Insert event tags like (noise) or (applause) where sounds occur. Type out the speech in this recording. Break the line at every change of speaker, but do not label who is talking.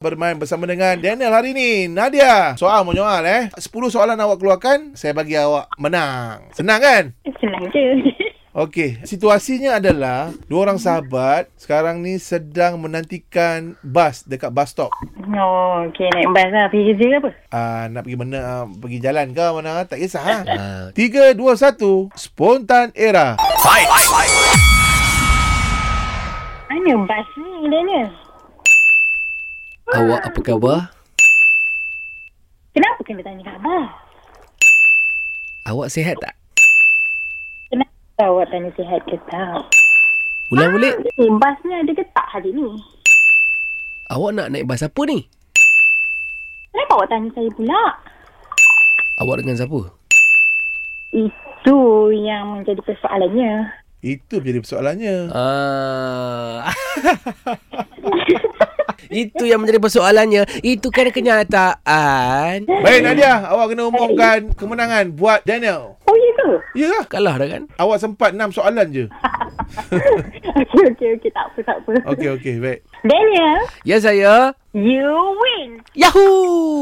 bermain bersama dengan Daniel hari ni. Nadia, soal menyoal eh. 10 soalan awak keluarkan, saya bagi awak menang. Senang kan?
Senang je. (laughs)
Okey, situasinya adalah dua orang sahabat sekarang ni sedang menantikan bas dekat bus stop.
Oh, okey naik bas lah. Pergi kerja ke apa?
Ah nak pergi mana ah, pergi jalan ke mana tak kisah ha.
Ah,
Tiga, dua, satu. Spontan era.
Mana bas ni Daniel?
Awak apa khabar?
Kenapa kena tanya khabar?
Awak sihat tak?
Kenapa awak tanya sihat ke tak?
Ulang balik.
Ni bas ni ada ke tak hari ni?
Awak nak naik bas apa ni?
Kenapa awak tanya saya pula?
Awak dengan siapa?
Itu yang menjadi persoalannya.
Itu jadi persoalannya.
Ah. (laughs) Itu yang menjadi persoalannya. Itu kan kenyataan.
Baik Nadia, awak kena umumkan kemenangan buat Daniel.
Oh, ya ke? (laughs)
Yalah,
Kalah dah kan?
awak sempat 6 soalan je.
okey, okey, okey. Tak apa, tak apa.
Okey okey, baik.
Daniel,
Ya saya.
you win.
Yahoo!